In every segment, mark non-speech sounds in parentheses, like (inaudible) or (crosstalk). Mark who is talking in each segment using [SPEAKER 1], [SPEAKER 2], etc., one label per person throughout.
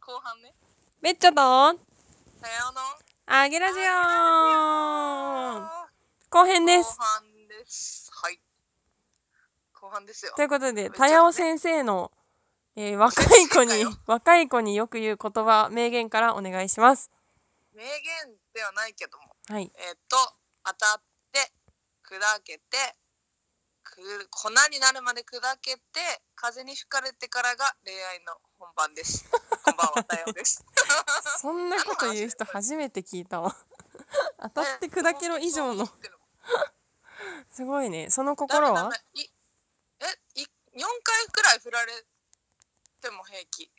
[SPEAKER 1] 後半ね。
[SPEAKER 2] めっちゃと、
[SPEAKER 1] さような
[SPEAKER 2] あげラジオ
[SPEAKER 1] ら。
[SPEAKER 2] 後編で
[SPEAKER 1] 後
[SPEAKER 2] す。
[SPEAKER 1] 半です。はい。後半ですよ。
[SPEAKER 2] ということで、
[SPEAKER 1] っちゃ
[SPEAKER 2] たやお先生の、えー若
[SPEAKER 1] (laughs)
[SPEAKER 2] い子に
[SPEAKER 1] 先生かよ、
[SPEAKER 2] 若い子によく言う言葉、名言からお願いします。
[SPEAKER 1] 名言ではないけども、
[SPEAKER 2] はい。
[SPEAKER 1] えっ、と当たって砕けてく粉になるまで砕けて風に吹かれてからが恋愛の本番
[SPEAKER 2] (laughs)
[SPEAKER 1] です。こんばんは太陽です。
[SPEAKER 2] そんなこと言う人初めて聞
[SPEAKER 1] (laughs)
[SPEAKER 2] いたわ。当たって砕けろ以上の。すごいね。その心
[SPEAKER 1] だ
[SPEAKER 2] は
[SPEAKER 1] めだめいえい四回くらい振られても平気。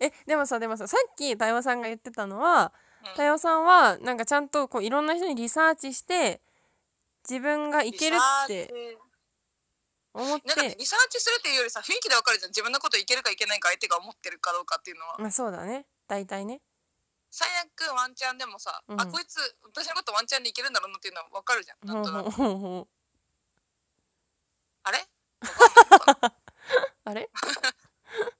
[SPEAKER 2] え、でもさ、でもさ、さっきたやおさんが言ってたのは、
[SPEAKER 1] うん
[SPEAKER 2] たやおさんは、なんかちゃんとこういろんな人にリサーチして、自分がいけるって
[SPEAKER 1] リサーチ
[SPEAKER 2] 思っ
[SPEAKER 1] なんかね
[SPEAKER 2] て、
[SPEAKER 1] リサーチするっていうよりさ雰囲気でわかるじゃん自分のこといけるかいけないか相手が思ってるかどうかっていうのは、
[SPEAKER 2] まあそうだね。大体ね。
[SPEAKER 1] 最悪ワンチャンでもさ、
[SPEAKER 2] うん
[SPEAKER 1] あこいつ私のことワンチャンでいけるんだろうなっていうのはわかるじゃんな
[SPEAKER 2] ほ
[SPEAKER 1] ん
[SPEAKER 2] う
[SPEAKER 1] と
[SPEAKER 2] ほ
[SPEAKER 1] なく
[SPEAKER 2] うほうほう。
[SPEAKER 1] あれ
[SPEAKER 2] あれ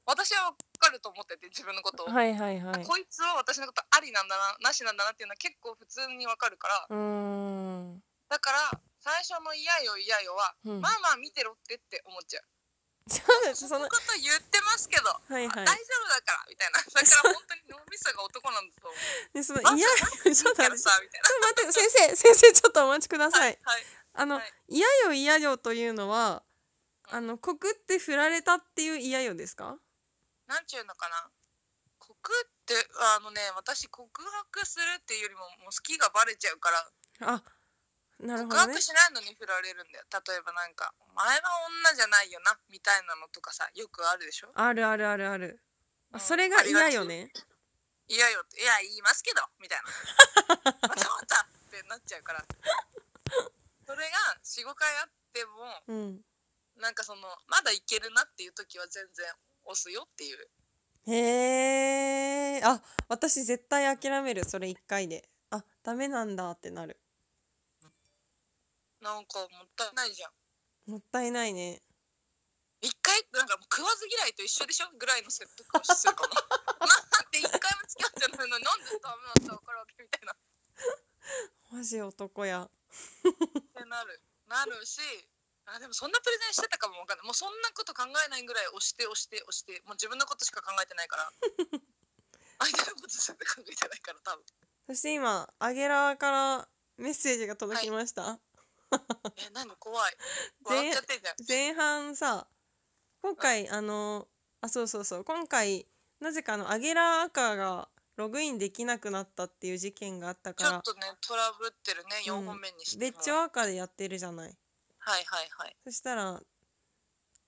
[SPEAKER 1] 私はわかると思ってて自分のことを、
[SPEAKER 2] はいはいは
[SPEAKER 1] あ
[SPEAKER 2] い。
[SPEAKER 1] こいつは私のことありなんだななしなんだなっていうのは結構普通にわかるから
[SPEAKER 2] うーん。
[SPEAKER 1] だから最初の「嫌よ嫌よは」
[SPEAKER 2] うん
[SPEAKER 1] まあまあ見てろってって思っちゃう
[SPEAKER 2] そうです、
[SPEAKER 1] そ
[SPEAKER 2] そ
[SPEAKER 1] の
[SPEAKER 2] の、
[SPEAKER 1] こと言ってますけど、
[SPEAKER 2] は
[SPEAKER 1] 大
[SPEAKER 2] いはい
[SPEAKER 1] 丈夫。だからみたいなだから本当に脳みそが男なんだと思う
[SPEAKER 2] で、 (laughs) その、い
[SPEAKER 1] まず
[SPEAKER 2] や、嘘
[SPEAKER 1] だか
[SPEAKER 2] だね。
[SPEAKER 1] ら
[SPEAKER 2] ちょ
[SPEAKER 1] さ
[SPEAKER 2] っ
[SPEAKER 1] みたい
[SPEAKER 2] と待って、先生、先生、ちょっとお待ちくだ
[SPEAKER 1] な
[SPEAKER 2] さい。
[SPEAKER 1] はい
[SPEAKER 2] あの
[SPEAKER 1] はい、
[SPEAKER 2] 嫌よ嫌よというのは、あの、告って振られたっていう嫌よですか
[SPEAKER 1] なんちゅうのかな告ってあのね私告白するっていうよりももう好きがバレちゃうから
[SPEAKER 2] あ、なるほ
[SPEAKER 1] 告
[SPEAKER 2] どね
[SPEAKER 1] 白。しないのに振られるんだよ例えばなんか「お前は女じゃないよな」みたいなのとかさよくあるでしょ
[SPEAKER 2] あるあるあるある。
[SPEAKER 1] う
[SPEAKER 2] あ、
[SPEAKER 1] ん
[SPEAKER 2] それが嫌よね。
[SPEAKER 1] 「いやよ」って「いや言いますけど」みたい
[SPEAKER 2] (laughs)
[SPEAKER 1] な「またまた」ってなっちゃうからそれが45回あっても
[SPEAKER 2] うん。
[SPEAKER 1] なんかそのまだいけるなっていう時は全然押すよっていう
[SPEAKER 2] へえ。あ、私絶対諦める、それ一回で。あ、ダメなんだってなる。
[SPEAKER 1] なんかもったいないじゃん
[SPEAKER 2] もったいないね。
[SPEAKER 1] 一回なんかもう食わず嫌いと一緒でしょぐらいの (laughs) 説得をするかもなんで一回も付き合ってないのになんでダメなんだ分からんみたいなっ
[SPEAKER 2] マジ男や。
[SPEAKER 1] てなるなるしあでもそんなプレゼンしてたかも分かんないもうそんなこと考えないぐらい押して押して押してもう自分のことしか考えて (laughs) ないから相手のことしか考えてないから多分
[SPEAKER 2] そして今、アゲラからメッセージが届きました。
[SPEAKER 1] え何怖い (laughs) 笑っちゃってんじゃん
[SPEAKER 2] 前半さ今回あのあそうそうそう今回なぜかあのアゲラアカがログインできなくなったっていう事件があった
[SPEAKER 1] ちょ
[SPEAKER 2] か
[SPEAKER 1] っとねトラブってるね
[SPEAKER 2] う
[SPEAKER 1] 4
[SPEAKER 2] ん
[SPEAKER 1] 本目にし
[SPEAKER 2] ら
[SPEAKER 1] て
[SPEAKER 2] 別
[SPEAKER 1] も、
[SPEAKER 2] 帳アカでやってるじゃない
[SPEAKER 1] はいはいはい
[SPEAKER 2] そしたら「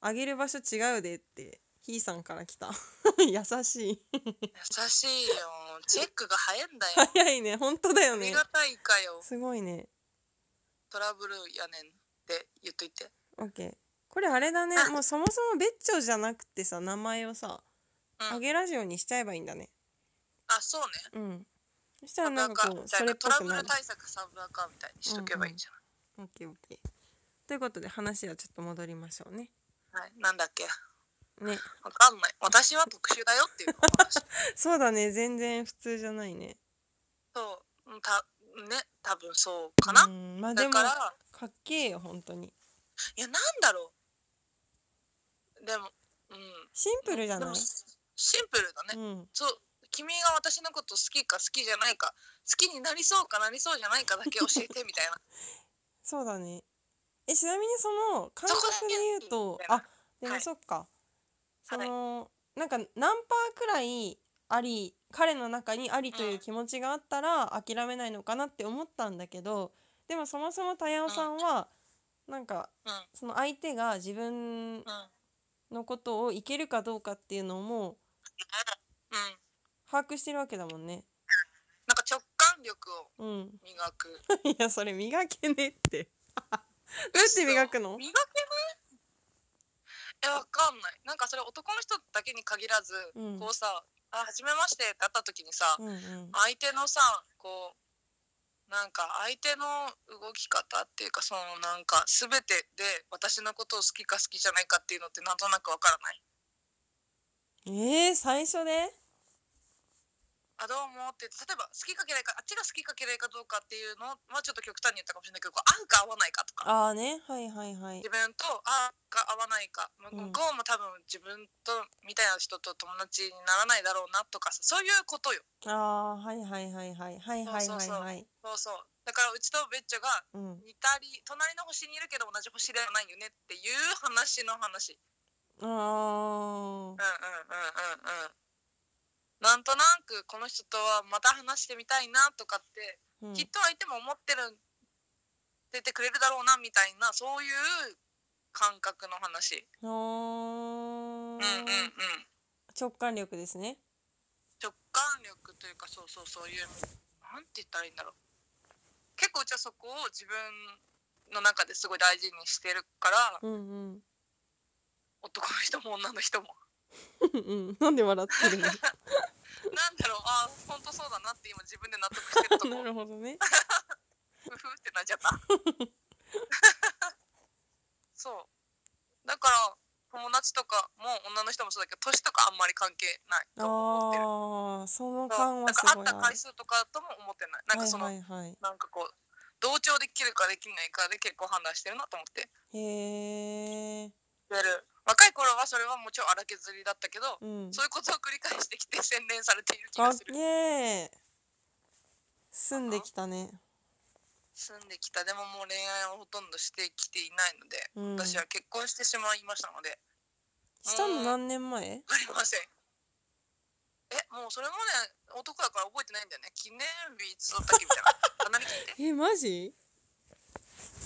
[SPEAKER 2] あげる場所違うで」ってひーさんから来た (laughs) 優しい
[SPEAKER 1] 優しいよチェックが早いんだ (laughs) よ
[SPEAKER 2] 早いね本当だよ
[SPEAKER 1] あり
[SPEAKER 2] ね
[SPEAKER 1] がたいかよ
[SPEAKER 2] すごいね
[SPEAKER 1] トラブルやねんって言っといて
[SPEAKER 2] OK これあれだね
[SPEAKER 1] あ
[SPEAKER 2] もうそもそも別帳じゃなくてさ名前をさ
[SPEAKER 1] うん
[SPEAKER 2] アゲラジオにしちゃえばいいんだね
[SPEAKER 1] あそうね
[SPEAKER 2] うんそしたら
[SPEAKER 1] サブ
[SPEAKER 2] な
[SPEAKER 1] ア
[SPEAKER 2] ん
[SPEAKER 1] カ
[SPEAKER 2] かこう
[SPEAKER 1] じゃ
[SPEAKER 2] それ
[SPEAKER 1] あ
[SPEAKER 2] っ
[SPEAKER 1] ト
[SPEAKER 2] ぽ
[SPEAKER 1] ラ
[SPEAKER 2] く
[SPEAKER 1] ブ
[SPEAKER 2] な
[SPEAKER 1] ル
[SPEAKER 2] る
[SPEAKER 1] 対策サブアカみたいにしとけばいいんじゃ
[SPEAKER 2] オッケーオッケー。ということで話はちょっと戻りましょうね。
[SPEAKER 1] ない、はい、なんだっけ
[SPEAKER 2] ね。
[SPEAKER 1] わかんない私は特殊だよっていう話
[SPEAKER 2] そうだね。全然普通じゃないね。
[SPEAKER 1] そううんたね多分そうかな、
[SPEAKER 2] うんまあで
[SPEAKER 1] だ
[SPEAKER 2] も、
[SPEAKER 1] から
[SPEAKER 2] かっけえよ、本当に。
[SPEAKER 1] いやなんだろうでもうん
[SPEAKER 2] シンプルじゃ
[SPEAKER 1] で
[SPEAKER 2] な
[SPEAKER 1] も
[SPEAKER 2] い
[SPEAKER 1] シンプルだね、
[SPEAKER 2] うん。
[SPEAKER 1] そう君が私のこと好きか好きじゃないか好きになりそうかなりそうじゃないかだけ教えてみたいな
[SPEAKER 2] そうだね。え、ちなみにその、感
[SPEAKER 1] そこだ
[SPEAKER 2] 覚
[SPEAKER 1] け
[SPEAKER 2] で言うと
[SPEAKER 1] み、たい
[SPEAKER 2] あ
[SPEAKER 1] な、
[SPEAKER 2] でも
[SPEAKER 1] はい
[SPEAKER 2] そっか。そ
[SPEAKER 1] はい
[SPEAKER 2] の、なんか何パーくらいあり、彼の中にありという気持ちがあったら諦めないのかなって思ったんだけど、でもそもそもタヤオさんは、なんか、
[SPEAKER 1] うん
[SPEAKER 2] その相手が自
[SPEAKER 1] う
[SPEAKER 2] 分
[SPEAKER 1] ん
[SPEAKER 2] のことをいけるかどうかっていうのも
[SPEAKER 1] うん
[SPEAKER 2] 把握してるわけだもんね。
[SPEAKER 1] なんか直感力を
[SPEAKER 2] うん。 (laughs)
[SPEAKER 1] 磨く
[SPEAKER 2] いやそれ磨けねって。どうやって磨くの
[SPEAKER 1] 磨けないえわかんないなんかそれ男の人だけに限らず、
[SPEAKER 2] うん
[SPEAKER 1] こうさ「あ初めまして」って会った時にさ、
[SPEAKER 2] うんうん。
[SPEAKER 1] 相手のさこうなんか相手の動き方っていうかそのなんか全てで私のことを好きか好きじゃないかっていうのってなんとなくわからない
[SPEAKER 2] ええー、最初で
[SPEAKER 1] あどうもって言って例えば好きか嫌いかあっちが好きか嫌いかどうかっていうのはちょっと極端に言ったかもしれないけどこう合うか合わないかとか
[SPEAKER 2] ああねはいはいはい
[SPEAKER 1] 自分と合うか合わないか向
[SPEAKER 2] うん
[SPEAKER 1] こうも多分自分とみたいな人と友達にならないだろうなとかさそういうことよ
[SPEAKER 2] ああーはいはいはいはいはいはい
[SPEAKER 1] そう
[SPEAKER 2] は
[SPEAKER 1] そう
[SPEAKER 2] い
[SPEAKER 1] そう
[SPEAKER 2] はい
[SPEAKER 1] そうそうだからうちとベッチョが
[SPEAKER 2] うん
[SPEAKER 1] 似たり隣の星にいるけど同じ星ではないよねっていう話の話
[SPEAKER 2] あ
[SPEAKER 1] うんうんうんうんうんなんとなくこの人とはまた話してみたいなとかって
[SPEAKER 2] ーうん
[SPEAKER 1] きっと相手も思ってる出てくれるだろうなみたいなそういう感覚の話
[SPEAKER 2] あー
[SPEAKER 1] うんうんうん
[SPEAKER 2] 直感力ですね
[SPEAKER 1] 直感力というかそうそうそういうなんて言ったらいいんだろう結構うちはそこを自分の中ですごい大事にしてるから
[SPEAKER 2] うんうん
[SPEAKER 1] 男の人も女の
[SPEAKER 2] (laughs)
[SPEAKER 1] 人も
[SPEAKER 2] うんうん (laughs) なんで笑ってる
[SPEAKER 1] なんだろうあー本当そうだなって今自分で納得して
[SPEAKER 2] (laughs)
[SPEAKER 1] ると
[SPEAKER 2] のな
[SPEAKER 1] こ
[SPEAKER 2] るほどね
[SPEAKER 1] ふふってなっちゃった (laughs) そうだから友達とかも女の人もそうだけど年とかあんまり関係ないと思ってる
[SPEAKER 2] ああその
[SPEAKER 1] そう
[SPEAKER 2] 感
[SPEAKER 1] な
[SPEAKER 2] は
[SPEAKER 1] ん
[SPEAKER 2] す
[SPEAKER 1] か会
[SPEAKER 2] ご
[SPEAKER 1] っ
[SPEAKER 2] い
[SPEAKER 1] た
[SPEAKER 2] な
[SPEAKER 1] 回数とかとも思ってないなんかその、
[SPEAKER 2] はいはいはい
[SPEAKER 1] なんかこう同調できるかできないかで結構判断してるなと思って
[SPEAKER 2] へえ
[SPEAKER 1] やる若い頃はそれはもちろん荒削りだったけど、
[SPEAKER 2] うん
[SPEAKER 1] そういうことを繰り返してきて洗練されている気
[SPEAKER 2] か
[SPEAKER 1] が
[SPEAKER 2] っ
[SPEAKER 1] する
[SPEAKER 2] けえ住んできたね
[SPEAKER 1] (laughs) 住んできたでももう恋愛をほとんどしてきていないので、
[SPEAKER 2] うん
[SPEAKER 1] 私は結婚してしまいましたので
[SPEAKER 2] したの何年前
[SPEAKER 1] わかりませんえもうそれもね男だから覚えてないんだよね記念日いつだったっけみたいな (laughs) あ何聞いて
[SPEAKER 2] えマジ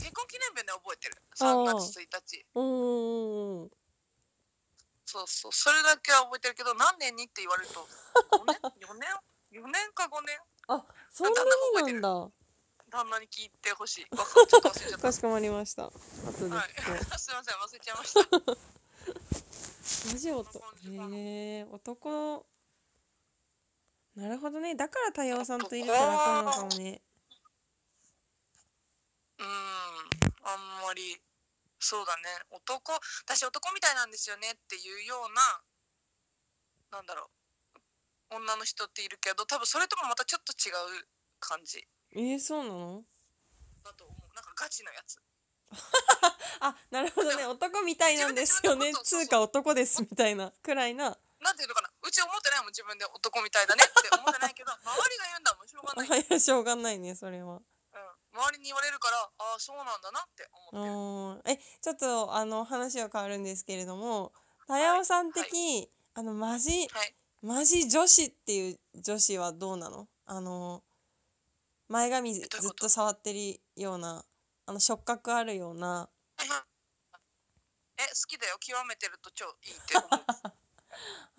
[SPEAKER 1] 結婚記念日はね覚えてる
[SPEAKER 2] あ
[SPEAKER 1] 3
[SPEAKER 2] ー
[SPEAKER 1] 月1日
[SPEAKER 2] おーおーおー
[SPEAKER 1] そうそうそれだけは覚えてるけど何年にって言われると5年4年4年か5年
[SPEAKER 2] あそんなになんだ
[SPEAKER 1] 旦那に聞いてほしいわかちょっと忘れちゃった
[SPEAKER 2] (laughs) かしこまりました後で
[SPEAKER 1] はい (laughs)
[SPEAKER 2] 聞こ
[SPEAKER 1] すいません忘れちゃいました
[SPEAKER 2] うラジオとへえ男なるほどねだから太陽さんといると楽なのかもね
[SPEAKER 1] うーんあんまりそうだね男私男みたいなんですよねっていうようななんだろう女の人っているけど多分それともまたちょっと違う感じ
[SPEAKER 2] えー、そうなの
[SPEAKER 1] だと思うなんかガチなやつ
[SPEAKER 2] あなるほどね男みたいなんです (laughs) よ
[SPEAKER 1] 自分で
[SPEAKER 2] ね
[SPEAKER 1] 自分のことを
[SPEAKER 2] つうか男ですみたいなくらいな
[SPEAKER 1] なんていうのかなうち思ってないもん自分で男みたいだねって思ってないけど周りが言うんだもんしょうが
[SPEAKER 2] あ
[SPEAKER 1] ない、うん、
[SPEAKER 2] いやしょうがないねそれは。
[SPEAKER 1] 周りに言われるからああそうなんだなって
[SPEAKER 2] う
[SPEAKER 1] 思ってる
[SPEAKER 2] んえちょっとあの話は変わるんですけれども多様さん的、あのマジ
[SPEAKER 1] はい (laughs)
[SPEAKER 2] マジ女子っていう女子はどうなのあの前髪ず
[SPEAKER 1] えどういう
[SPEAKER 2] っ
[SPEAKER 1] こと
[SPEAKER 2] と触ってるようなあの触覚あるような
[SPEAKER 1] え好きだよ極めてると超いいって思う
[SPEAKER 2] あ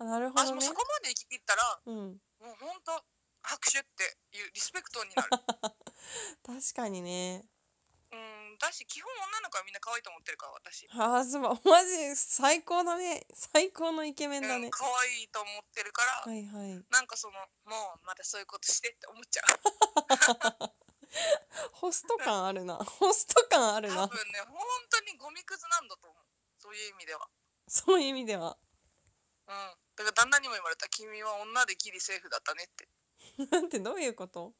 [SPEAKER 2] (laughs) なるほ
[SPEAKER 1] あ
[SPEAKER 2] ど
[SPEAKER 1] もう
[SPEAKER 2] ね
[SPEAKER 1] そ。こまで行き切ったら
[SPEAKER 2] うん、
[SPEAKER 1] もう本当拍手っていうリスペクトにな
[SPEAKER 2] (laughs)
[SPEAKER 1] る
[SPEAKER 2] 確かにね。
[SPEAKER 1] うんだし基本女の子はみんな可愛いと思ってるから私、
[SPEAKER 2] あーすごいマジ最高だね最高のイケメンだ
[SPEAKER 1] うん、
[SPEAKER 2] ね。
[SPEAKER 1] 可愛いと思ってるから、
[SPEAKER 2] はいはい。
[SPEAKER 1] なんかそのもうまたそういうことしてって思っちゃう
[SPEAKER 2] ホスト感あるな。ホスト感ある
[SPEAKER 1] 多
[SPEAKER 2] な。
[SPEAKER 1] 分ね本当にゴミくずなんだと思うそういう意味では
[SPEAKER 2] そういう意味では。
[SPEAKER 1] うんだから旦那にも言われた「君は女でギリセーフだったね」って
[SPEAKER 2] なんてどういうこと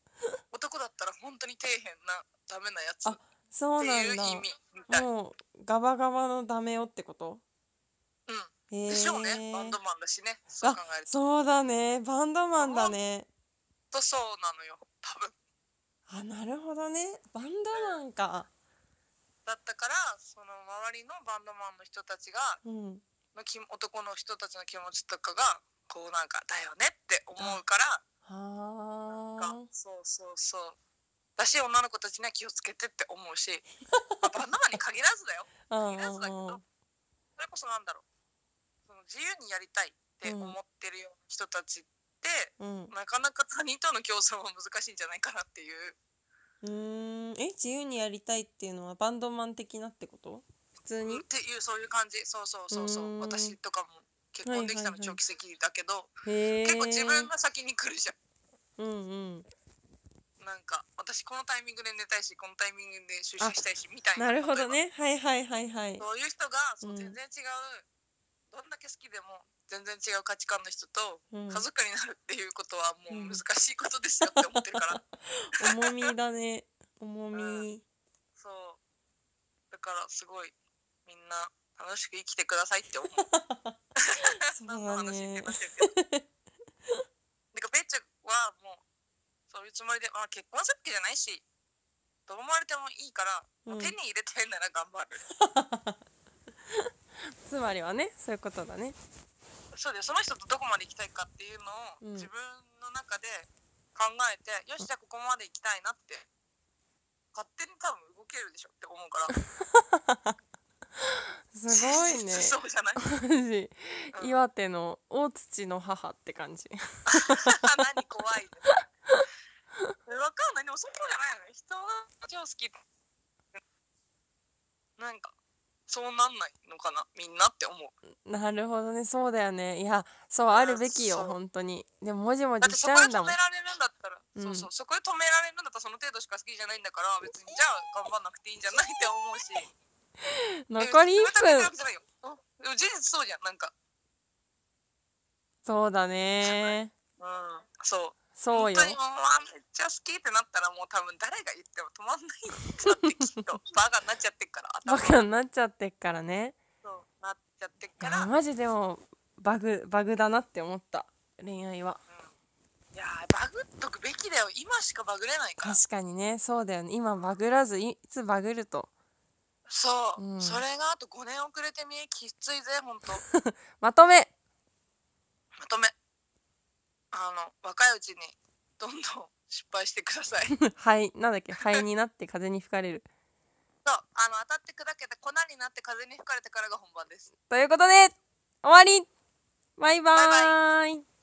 [SPEAKER 1] 男だったら本当に底辺なダメなやつっ
[SPEAKER 2] あそう
[SPEAKER 1] て
[SPEAKER 2] ない
[SPEAKER 1] うん
[SPEAKER 2] だ
[SPEAKER 1] 意味。みたい
[SPEAKER 2] もうガバガバのダメよってこと
[SPEAKER 1] うん
[SPEAKER 2] へえ
[SPEAKER 1] でしょうねバンドマンだしねそう考える
[SPEAKER 2] そうだねバンドマンだね。
[SPEAKER 1] とそうなのよ多分
[SPEAKER 2] あなるほどねバンドマンか。
[SPEAKER 1] だったからその周りのバンドマンの人たちが
[SPEAKER 2] うん。
[SPEAKER 1] のき男の人たちの気持ちとかがこうなんか「だよね」って思うから
[SPEAKER 2] は
[SPEAKER 1] が
[SPEAKER 2] あ。
[SPEAKER 1] そうそうそうだし女の子たちには気をつけてって思う
[SPEAKER 2] (laughs)
[SPEAKER 1] しまあバンドマンに限らずだよ
[SPEAKER 2] う
[SPEAKER 1] 限
[SPEAKER 2] ん
[SPEAKER 1] らずだけ
[SPEAKER 2] うんうん
[SPEAKER 1] どそれこそなんだろうその自由にやりたいって思ってるような人たちって、
[SPEAKER 2] うん。
[SPEAKER 1] なかなか他人との競争は難しいんじゃないかなっていう
[SPEAKER 2] うーんえ自由にやりたいっていうのはバンドマン的なってこと普通に
[SPEAKER 1] っていうそういう感じそうそうそうそう
[SPEAKER 2] ーん
[SPEAKER 1] う私とかも結婚できたの
[SPEAKER 2] はいはい
[SPEAKER 1] 長
[SPEAKER 2] はい
[SPEAKER 1] 期席だけど、
[SPEAKER 2] へえ
[SPEAKER 1] 結構自分が先に来るじゃん。
[SPEAKER 2] うんうん
[SPEAKER 1] なんか私このタイミングで寝たいしこのタイミングで出社したいしみたいな
[SPEAKER 2] なるほどねはいはいはいはい
[SPEAKER 1] 例えばそういう人がそううん全然違う、どんだけ好きでも全然違う価値観の人と
[SPEAKER 2] うん
[SPEAKER 1] 家族になるっていうことはもう
[SPEAKER 2] うん
[SPEAKER 1] 難しいことですよって思ってるから、
[SPEAKER 2] 重みだね重み
[SPEAKER 1] そうだからすごいみんな楽しく生きてくださいって
[SPEAKER 2] (laughs)
[SPEAKER 1] 思う
[SPEAKER 2] そう
[SPEAKER 1] 何の
[SPEAKER 2] だ
[SPEAKER 1] 話って
[SPEAKER 2] ね
[SPEAKER 1] なってるけどてかペッチェはもうそういうつもりで、まあ、結婚する気じゃないしどう思われてもいいから、
[SPEAKER 2] うん
[SPEAKER 1] 手に入れてんなら頑張る
[SPEAKER 2] つまりはねそういうことだね
[SPEAKER 1] そうだよその人とどこまで行きたいかっていうの
[SPEAKER 2] う
[SPEAKER 1] を
[SPEAKER 2] ん
[SPEAKER 1] 自分の中で考えて、よしじゃあここまで行きたいなって勝手に多分動けるでしょって思うから
[SPEAKER 2] (laughs) すごい
[SPEAKER 1] (laughs)
[SPEAKER 2] ね
[SPEAKER 1] そうじゃない
[SPEAKER 2] マジ
[SPEAKER 1] うん
[SPEAKER 2] 岩手の大土の母って感
[SPEAKER 1] (laughs)
[SPEAKER 2] じ
[SPEAKER 1] 何怖いねえわかんないでもそうじゃないよね人は超好きなんかそうなんないのかなみんなって思う
[SPEAKER 2] なるほどねそうだよねいやそうあるべきよ
[SPEAKER 1] そう
[SPEAKER 2] 本当にでももじも
[SPEAKER 1] だっ
[SPEAKER 2] じ
[SPEAKER 1] て
[SPEAKER 2] し
[SPEAKER 1] そ
[SPEAKER 2] ち
[SPEAKER 1] こ
[SPEAKER 2] ゃ
[SPEAKER 1] で
[SPEAKER 2] うん
[SPEAKER 1] 止
[SPEAKER 2] だもん
[SPEAKER 1] められるんだったら、
[SPEAKER 2] うん
[SPEAKER 1] そうそうそこで止められるんだったらその程度しか好きじゃないんだから別にじゃあ頑張んなくていいんじゃないって思うし
[SPEAKER 2] (laughs) 残り1
[SPEAKER 1] え別に冷たく言ってるわけ
[SPEAKER 2] 分
[SPEAKER 1] じゃないよあでも事実そうじゃんなんか
[SPEAKER 2] そうだね
[SPEAKER 1] うんそう
[SPEAKER 2] そうよ
[SPEAKER 1] 本当にもうあめっちゃ好きってなったらもう多分誰が言っても止まんないよだってきっとバカになっちゃってっから
[SPEAKER 2] バ
[SPEAKER 1] 頭
[SPEAKER 2] カになっちゃってっからね
[SPEAKER 1] そうなっちゃってっ
[SPEAKER 2] い
[SPEAKER 1] から
[SPEAKER 2] やマジでもバグバグだなって思った恋愛はい
[SPEAKER 1] やーバグっとくべきだよ今しかバグれないから
[SPEAKER 2] 確かにねそうだよね今バグらずいつバグると
[SPEAKER 1] そう、
[SPEAKER 2] うん
[SPEAKER 1] それがあと5年遅れてみえきついぜほんと
[SPEAKER 2] まとめ (laughs)
[SPEAKER 1] まとめあの若いうちにどんどん失敗してくだ
[SPEAKER 2] (laughs)
[SPEAKER 1] さいそう
[SPEAKER 2] 肺な
[SPEAKER 1] (laughs)
[SPEAKER 2] んだっけ肺になって風に吹かれる
[SPEAKER 1] あの当たって砕けて粉になって風に吹かれてからが本番です
[SPEAKER 2] ということで終わりバイバーイ